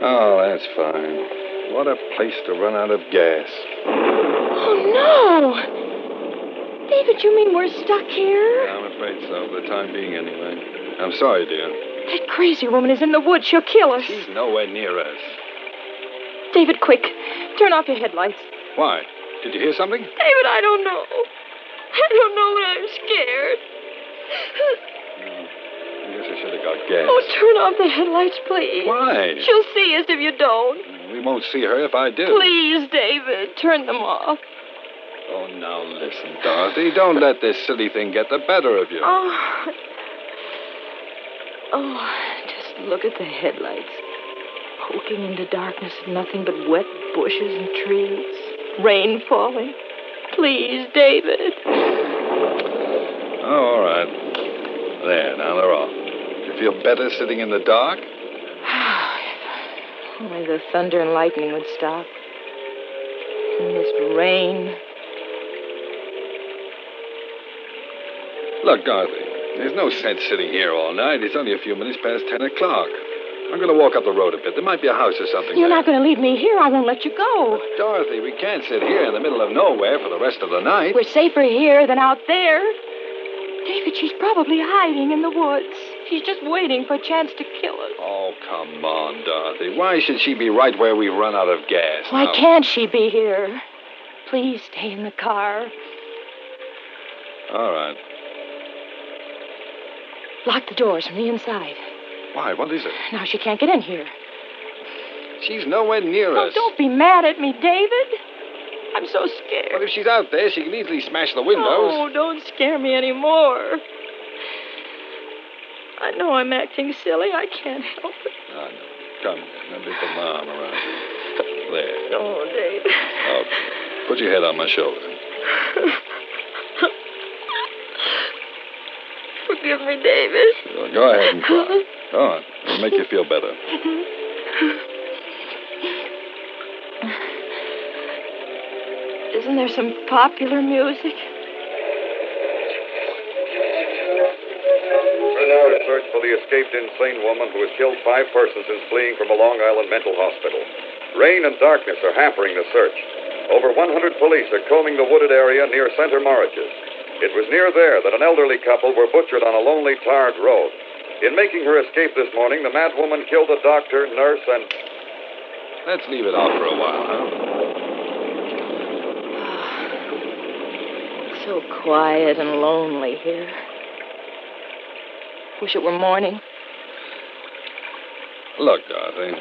oh, that's fine. What a place to run out of gas. Oh, no! David, you mean we're stuck here? I'm afraid so, for the time being, anyway. I'm sorry, dear. That crazy woman is in the woods. She'll kill us. She's nowhere near us. David, quick. Turn off your headlights. Why? Did you hear something? David, I don't know. I don't know, but I'm scared. I guess I should have got gas. Oh, turn off the headlights, please. Why? She'll see us if you don't. We won't see her if I do. Please, David, turn them off. Oh, now listen, Dorothy. Don't let this silly thing get the better of you. Oh. Oh, just look at the headlights. Poking into darkness and nothing but wet bushes and trees. Rain falling. Please, David. Oh, all right. There, now they're off. You feel better sitting in the dark? Only the thunder and lightning would stop. mist, rain. Look, Dorothy, there's no sense sitting here all night. It's only a few minutes past 10 o'clock. I'm going to walk up the road a bit. There might be a house or something. You're there. not going to leave me here. I won't let you go. Dorothy, we can't sit here in the middle of nowhere for the rest of the night. We're safer here than out there. David, she's probably hiding in the woods. She's just waiting for a chance to kill us. Oh, come on, Dorothy. Why should she be right where we've run out of gas? Why now? can't she be here? Please stay in the car. All right. Lock the doors from the inside. Why? What is it? Now she can't get in here. She's nowhere near Oh, us. don't be mad at me, David. I'm so scared. But if she's out there, she can easily smash the windows. Oh, don't scare me anymore. I know I'm acting silly. I can't help it. I know. Ah, Come, now beat the mom around. There. Oh, David. Okay. Put your head on my shoulder. Forgive me, David. Go ahead and cry. Go on. It'll make you feel better. Isn't there some popular music? Turn now to search for the escaped insane woman who has killed five persons since fleeing from a Long Island mental hospital. Rain and darkness are hampering the search. Over 100 police are combing the wooded area near Center Morridge's. It was near there that an elderly couple were butchered on a lonely, tarred road. In making her escape this morning, the madwoman killed a doctor, nurse, and Let's leave it off for a while, huh? So quiet and lonely here. Wish it were morning. Look, Dorothy.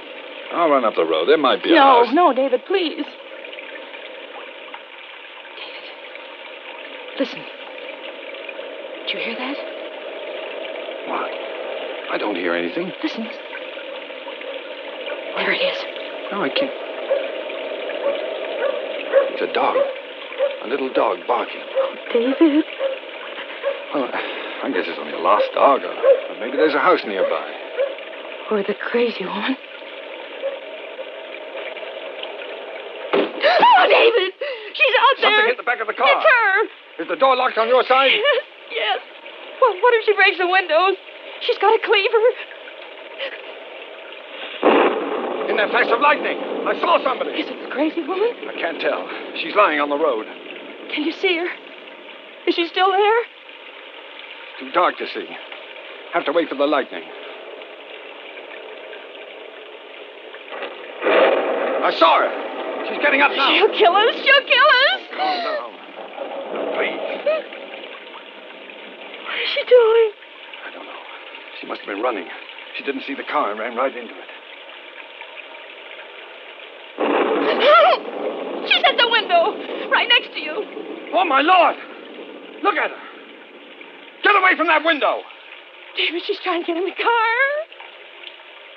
I'll run up the road. There might be a no, house. no, David, please. David, listen. Did you hear that? What? I don't hear anything. Listen. There it is. No, I can't. It's a dog. A little dog barking. David. Well, I guess it's only a lost dog, or or maybe there's a house nearby. Or the crazy woman. Oh, David! She's out there! Something hit the back of the car. It's her. Is the door locked on your side? Yes, yes. Well, what if she breaks the windows? She's got a cleaver. In that flash of lightning, I saw somebody. Is it the crazy woman? I can't tell. She's lying on the road. Can you see her? Is she still there? Too dark to see. Have to wait for the lightning. I saw her. She's getting up now. She'll kill us. She'll kill us. Calm down. Please. What is she doing? She must have been running. She didn't see the car and ran right into it. Help! She's at the window, right next to you. Oh, my lord! Look at her! Get away from that window! David, she's trying to get in the car.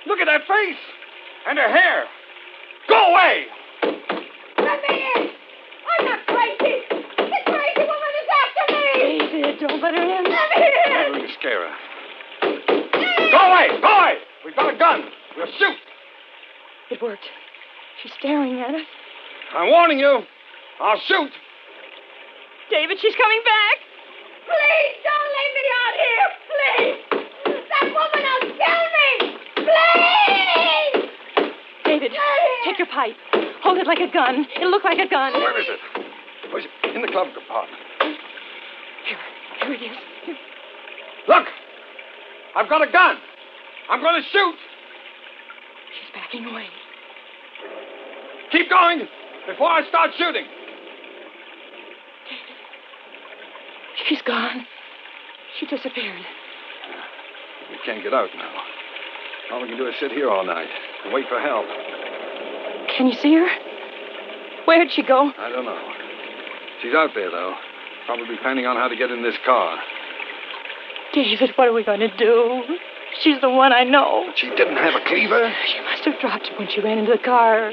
Look at that face! And her hair! Go away! Let me in! I'm not crazy! The crazy woman is after me! David, don't let her in. Let me in! Never scare her. Go away! Go away! We've got a gun! We'll shoot! It worked. She's staring at us. I'm warning you! I'll shoot! David, she's coming back. Please don't leave me out here! Please! That woman will kill me! Please! David, take your pipe. Hold it like a gun. It'll look like a gun. Where is it? Was it in the glove compartment? Here it is. Look! I've got a gun! I'm going to shoot! She's backing away. Keep going before I start shooting! She's gone. She disappeared. We can't get out now. All we can do is sit here all night and wait for help. Can you see her? Where'd she go? I don't know. She's out there, though. Probably planning on how to get in this car. David, what are we going to do? She's the one I know. She didn't have a cleaver? She must have dropped it when she ran into the car.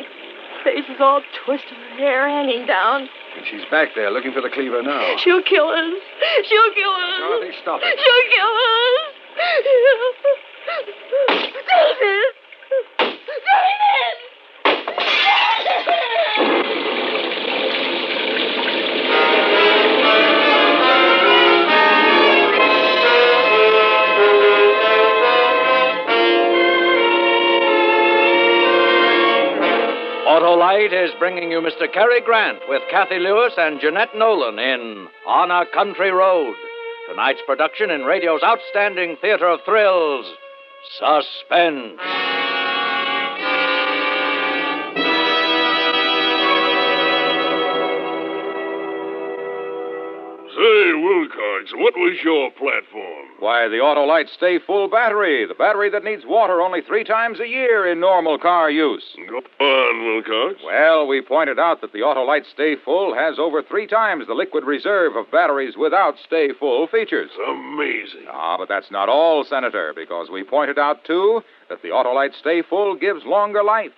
Face is all twisted, her hair hanging down. And she's back there looking for the cleaver now. She'll kill us. She'll kill us. Dorothy, stop it. She'll kill us. David! David! bringing you Mr. Cary Grant with Kathy Lewis and Jeanette Nolan in On a Country Road. Tonight's production in radio's outstanding theater of thrills, Suspense. Say, Wilcox, what was your platform? Why, the Autolite Stay Full battery, the battery that needs water only three times a year in normal car use. Go on, Wilcox. Well, we pointed out that the Autolite Stay Full has over three times the liquid reserve of batteries without Stay Full features. Amazing. Ah, but that's not all, Senator, because we pointed out, too, that the Autolite Stay Full gives longer life.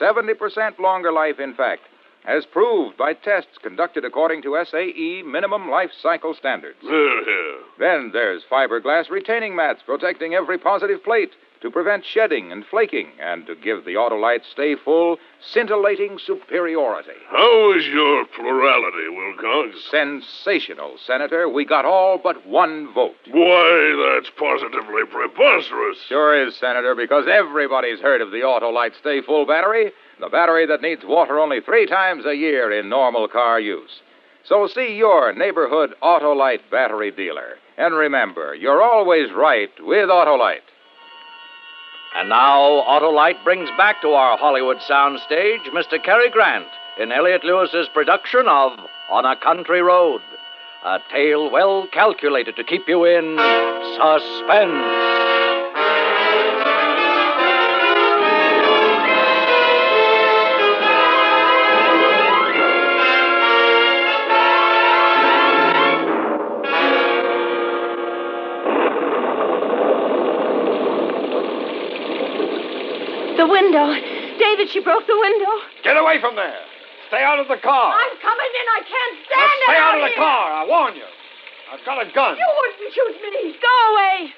70% longer life, in fact, as proved by tests conducted according to SAE minimum life cycle standards. There, here. Then there's fiberglass retaining mats protecting every positive plate to prevent shedding and flaking and to give the Autolite Stay Full scintillating superiority. How was your plurality, Wilcox? Sensational, Senator. We got all but one vote. Why, that's positively preposterous. Sure is, Senator, because everybody's heard of the Autolite Stay Full battery, the battery that needs water only three times a year in normal car use. So see your neighborhood Autolite battery dealer. And remember, you're always right with Autolite. And now Autolite brings back to our Hollywood soundstage Mr. Cary Grant in Elliot Lewis's production of On a Country Road, a tale well calculated to keep you in suspense. The window. David, she broke the window. Get away from there. Stay out of the car. I'm coming in. I can't Oh. Now stand it. stay out of the here. car. I warn you. I've got a gun. You wouldn't shoot me. Go away.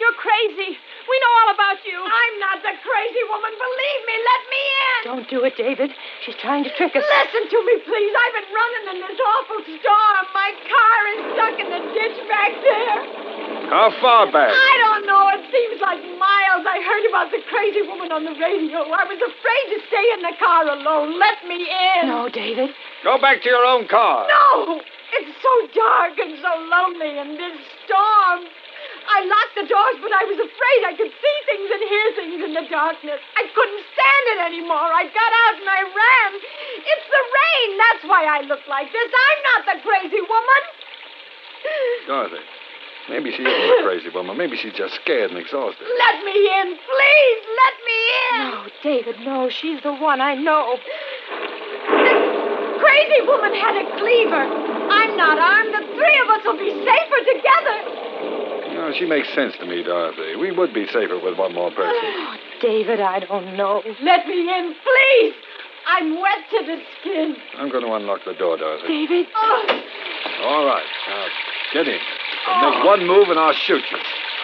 You're crazy. We know all about you. I'm not the crazy woman. Believe me. Let me in. Don't do it, David. She's trying to trick us. Listen to me, please. I've been running in this awful storm. My car is stuck in the ditch back there. How far back? I don't know. It seems like miles. I heard about the crazy woman on the radio. I was afraid to stay in the car alone. Let me in. No, David. Go back to your own car. No! It's so dark and so lonely in this storm. I locked the doors, but I was afraid I could see things and hear things in the darkness. I couldn't stand it anymore. I got out and I ran. It's the rain. That's why I look like this. I'm not the crazy woman. Dorothy, maybe she isn't a crazy woman. Maybe she's just scared and exhausted. Let me in, please. Let me in. No, David, no. She's the one I know. Crazy woman had a cleaver. I'm not armed. The three of us will be safer together. No, she makes sense to me, Dorothy. We would be safer with one more person. David, I don't know. Let me in, please. I'm wet to the skin. I'm going to unlock the door, Dorothy. David. Oh. All right. Now, get in. And make one move, and I'll shoot you.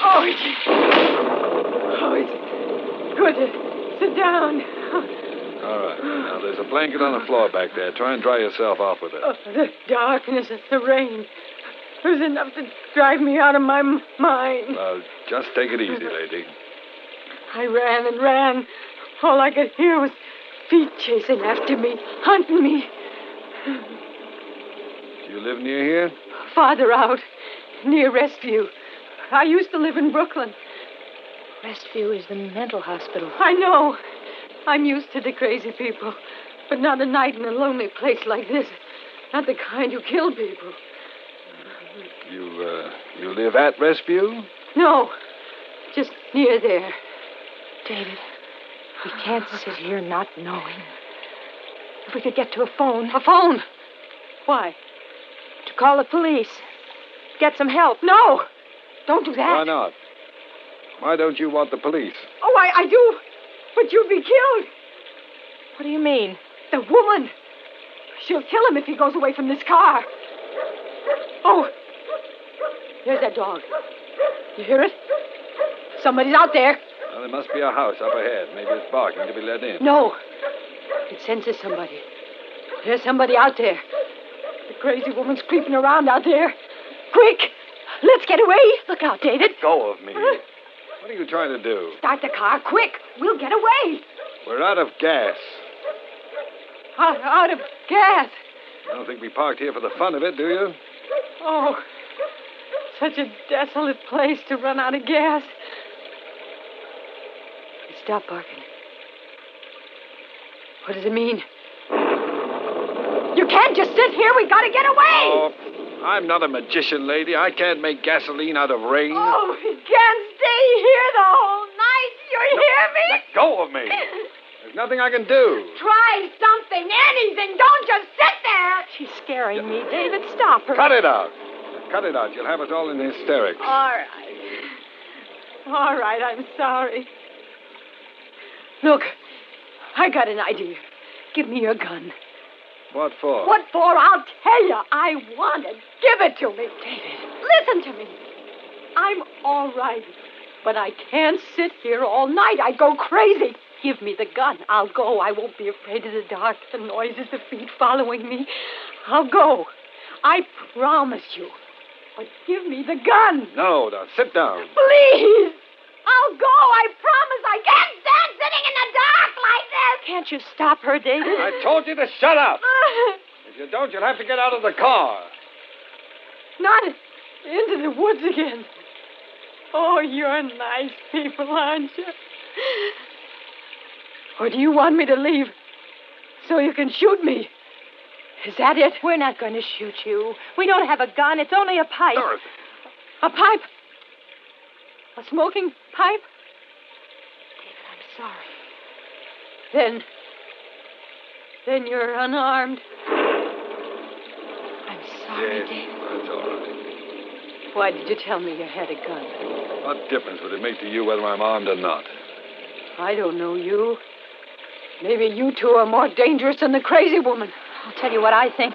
Oh, it's... Oh, it's good. Sit down. All right. Now, there's a blanket on the floor back there. Try and dry yourself off with it. Oh, the darkness and the rain. It was enough to drive me out of my m- mind. Well, just take it easy, lady. I ran and ran. All I could hear was feet chasing after me, hunting me. Do you live near here? Farther out, near Restview. I used to live in Brooklyn. Restview is the mental hospital. I know. I'm used to the crazy people, but not a night in a lonely place like this. Not the kind who kill people. You, uh, you live at Rescue? No, just near there. David, we can't sit here not knowing. If we could get to a phone. A phone? Why? To call the police. Get some help. No! Don't do that. Why not? Why don't you want the police? Oh, I, I do. But you'll be killed. What do you mean? The woman. She'll kill him if he goes away from this car. Oh, there's that dog. You hear it? Somebody's out there. Well, there must be a house up ahead. Maybe it's barking to be let in. No. It senses somebody. There's somebody out there. The crazy woman's creeping around out there. Quick! Let's get away! Look out, David. Go of me. What are you trying to do? Start the car, quick! We'll get away! We're out of gas. Out, out of gas. You don't think we parked here for the fun of it, do you? Oh, such a desolate place to run out of gas. It stopped barking. What does it mean? You can't just sit here. We gotta get away. Oh, I'm not a magician, lady. I can't make gasoline out of rain. Oh, we can't stay here the whole night. You No, hear me? let go of me. There's nothing I can do. Try something, anything. Don't just sit there. She's scaring me. David, stop her. Cut it out. Cut it out. You'll have us all in hysterics. All right. All right, I'm sorry. Look, I got an idea. Give me your gun. What for? What for? I'll tell you. I want it. Give it to me. David. Listen to me. I'm all right, but I can't sit here all night. I'd go crazy. Give me the gun. I'll go. I won't be afraid of the dark, the noises, the feet following me. I'll go. I promise you. But give me the gun. No, now sit down. Please. I'll go. I promise. I can't stand sitting in the dark like this. Can't you stop her, David? I told you to shut up. If you don't, you'll have to get out of the car. Not into the woods again. Oh, you're nice people, aren't you? Or do you want me to leave so you can shoot me? Is that it? We're not going to shoot you. We don't have a gun. It's only a pipe. A pipe? A smoking pipe? David, I'm sorry. Then. Then you're unarmed. Sorry, yes, that's all right. Why did you tell me you had a gun? What difference would it make to you whether I'm armed or not? I don't know you. Maybe you two are more dangerous than the crazy woman. I'll tell you what I think.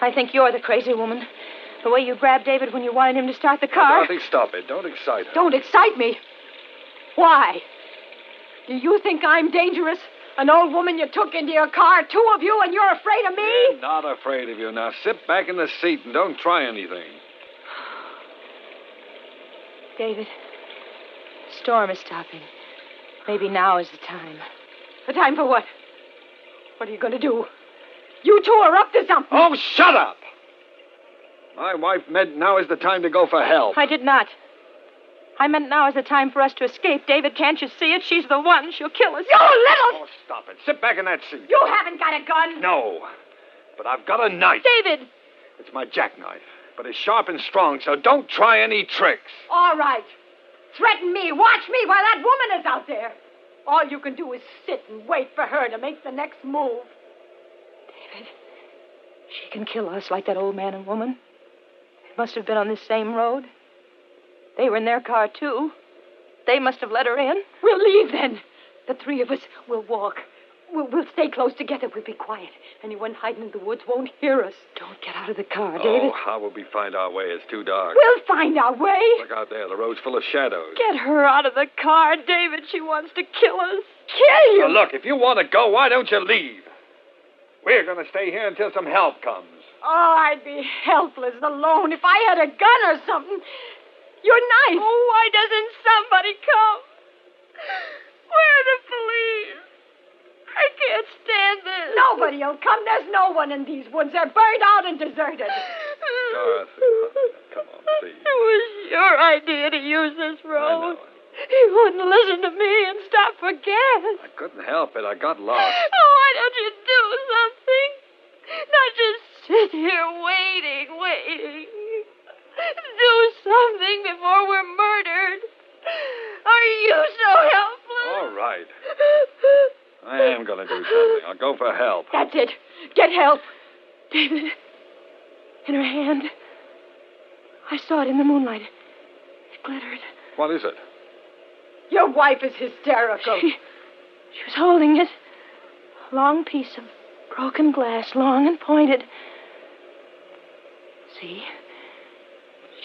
I think you're the crazy woman. The way you grabbed David when you wanted him to start the car. Dorothy, stop it. Don't excite her. Don't excite me. Why? Do you think I'm dangerous? An old woman you took into your car, two of you, and you're afraid of me? I'm not afraid of you. Now sit back in the seat and don't try anything. David, storm is stopping. Maybe now is the time. The time for what? What are you going to do? You two are up to something. Oh, shut up! My wife meant now is the time to go for help. I did not. I meant now is the time for us to escape. David, can't you see it? She's the one. She'll kill us. You little. Oh, stop it. Sit back in that seat. You haven't got a gun. No, but I've got a knife. David! It's my jackknife, but it's sharp and strong, so don't try any tricks. All right. Threaten me. Watch me while that woman is out there. All you can do is sit and wait for her to make the next move. She can kill us like that old man and woman. It must have been on this same road. They were in their car, too. They must have let her in. We'll leave then. The three of us will walk. We'll, we'll stay close together. We'll be quiet. Anyone hiding in the woods won't hear us. Don't get out of the car, Ah, David. Oh, how will we find our way? It's too dark. We'll find our way. Look out there. The road's full of shadows. Get her out of the car, David. She wants to kill us. Kill Now, look, if you want to go, why don't you leave? We're going to stay here until some help comes. Oh, I'd be helpless alone if I had a gun or something. Your knife. Oh, why doesn't somebody come? Where are the police? I can't stand this. Nobody will come. There's no one in these woods. They're burned out and deserted. Dorothy, come on, please. It was your idea to use this road. He wouldn't listen to me and stop for gas. Couldn't help it. I got lost. Oh, why don't you do something? Not just sit here waiting, waiting. Do something before we're murdered. Are you so helpless? All right. I am going to do something. I'll go for help. That's it. Get help. David, in her hand. I saw it in the moonlight. It glittered. What is it? Your wife is hysterical. She, she was holding it. A long piece of broken glass, long and pointed. See?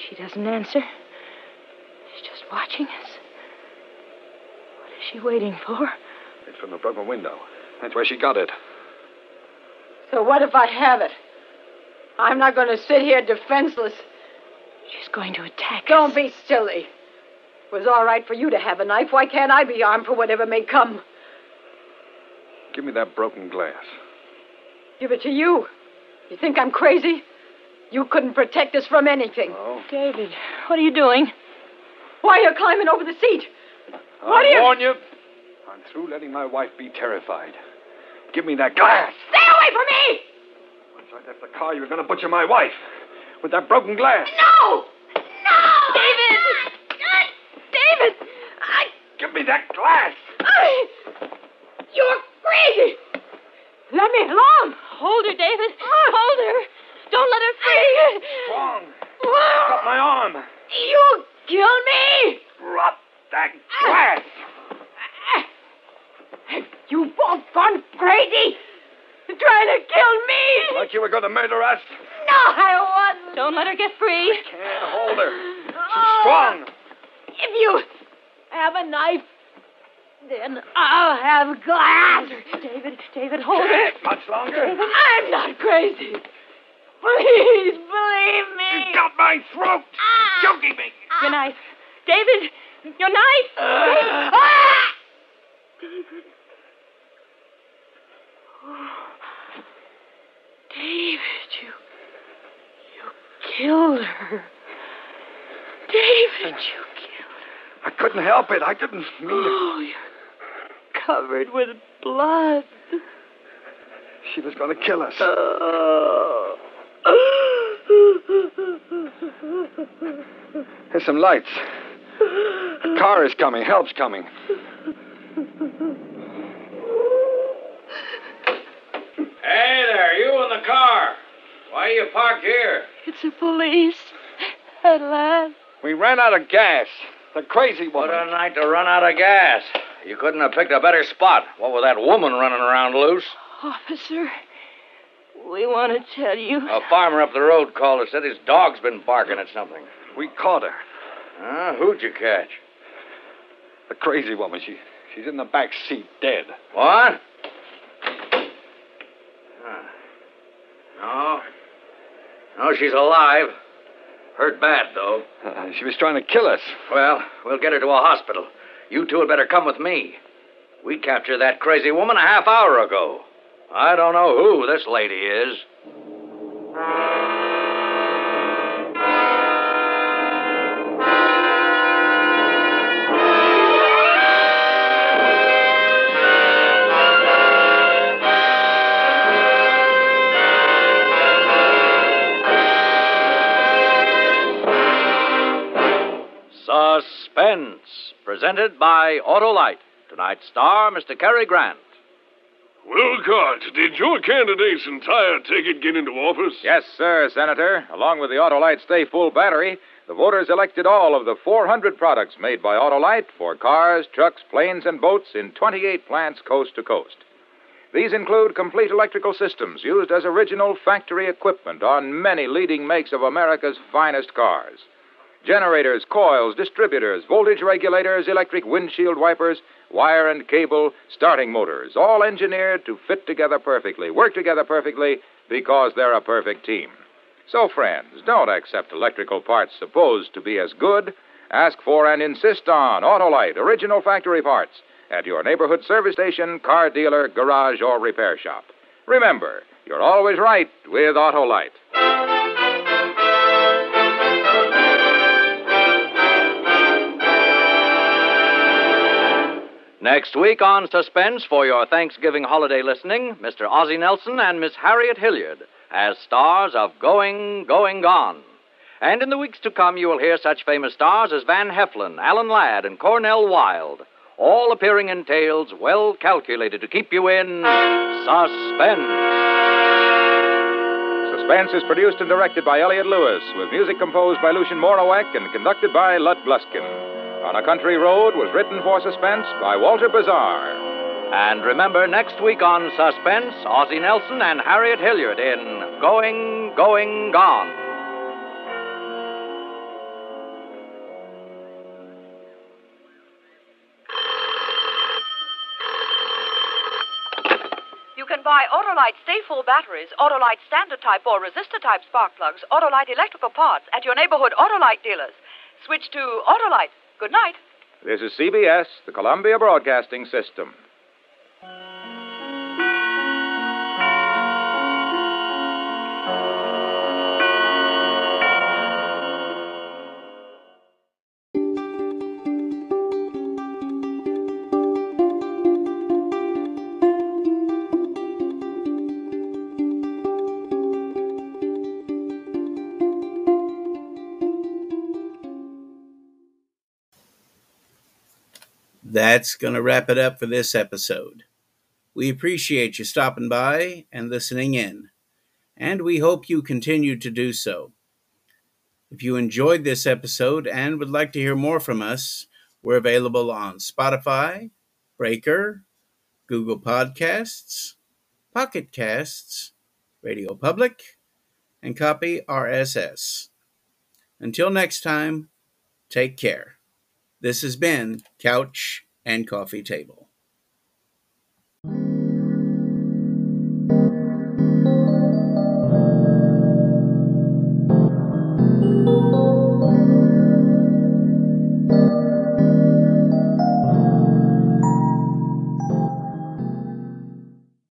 She doesn't answer. She's just watching us. What is she waiting for? It's from the broken window. That's where she got it. So what if I have it? I'm not going to sit here defenseless. She's going to attack Don't be silly. It was all right for you to have a knife. Why can't I be armed for whatever may come? Give me that broken glass. Give it to you. You think I'm crazy? You couldn't protect us from anything. David, what are you doing? Why are you climbing over the seat? I What do you- warn you. I'm through letting my wife be terrified. Give me that glass. Stay away from me! Inside that's the car you were going to butcher my wife with that broken glass. No! No! David! David! I. Give me that glass! I. You're crazy! Let me alone! Ah. Hold her, David. Hold her. Don't let her free. Strong. Got my arm. Ah. You killed me! Ah. Drop that glass. You both gone crazy! You're Trying to kill me! Like you were going to murder us. No, I wasn't! Don't let her get free. Can't hold her. Oh, Strong. If you have a knife, then I'll have glass! David, David, hold her. Much longer. I'm not crazy. Please believe me. Ah. You got my throat. Choking me. Your knife. David, your knife. Uh. David. Ah! David. Oh. David, you. You killed her. David, you I couldn't help it. I didn't mean Oh, you're covered with blood. She was going to kill us. There's some lights. A car is coming. Help's coming. Hey there, you in the car. Why are you parked here? It's the police. At last. We ran out of gas. The crazy woman. What a night to run out of gas. You couldn't have picked a better spot. What with that woman running around loose? Officer, we want to tell you. A farmer up the road called and said his dog's been barking at something. We caught her. Huh? Who'd you catch? The crazy woman. She, she's in the back seat, dead. What? Huh. No. No, she's alive. Hurt bad, though. Uh, she was trying to kill us. Well, we'll get her to a hospital. You two had better come with me. We captured that crazy woman a half hour ago. I don't know who this lady is. Suspense, presented by Autolite. Tonight's star, Mr. Cary Grant. Wilcott, did your candidate's entire ticket get into office? Yes, sir, Senator. Along with the Autolite Stay Full battery, the voters elected all of the 400 products made by Autolite for cars, trucks, planes, and boats in 28 plants coast to coast. These include complete electrical systems used as original factory equipment on many leading makes of America's finest cars. Generators, coils, distributors, voltage regulators, electric windshield wipers, wire and cable, starting motors, all engineered to fit together perfectly, work together perfectly, because they're a perfect team. So, friends, don't accept electrical parts supposed to be as good. Ask for and insist on Autolite original factory parts at your neighborhood service station, car dealer, garage, or repair shop. Remember, you're always right with Autolite. Next week on Suspense for your Thanksgiving holiday listening, Mr. Ozzie Nelson and Miss Harriet Hilliard as stars of Going, Going, Gone. And in the weeks to come, you will hear such famous stars as Van Heflin, Alan Ladd, and Cornell Wilde, all appearing in tales well calculated to keep you in suspense. Suspense is produced and directed by Elliot Lewis, with music composed by Lucian Morawek and conducted by Lud Bluskin. On a Country Road was written for Suspense by Walter Bazaar. And remember, next week on Suspense, Ozzie Nelson and Harriet Hilliard in Going, Going, Gone. You can buy Autolite Stay Full batteries, Autolite standard type or resistor type spark plugs, Autolite electrical parts at your neighborhood Autolite dealers. Switch to Autolite. Good night. This is CBS, the Columbia Broadcasting System. That's going to wrap it up for this episode. We appreciate you stopping by and listening in, and we hope you continue to do so. If you enjoyed this episode and would like to hear more from us, we're available on Spotify, Breaker, Google Podcasts, Pocket Casts, Radio Public, and copy RSS. Until next time, take care. This has been Couch and Coffee Table.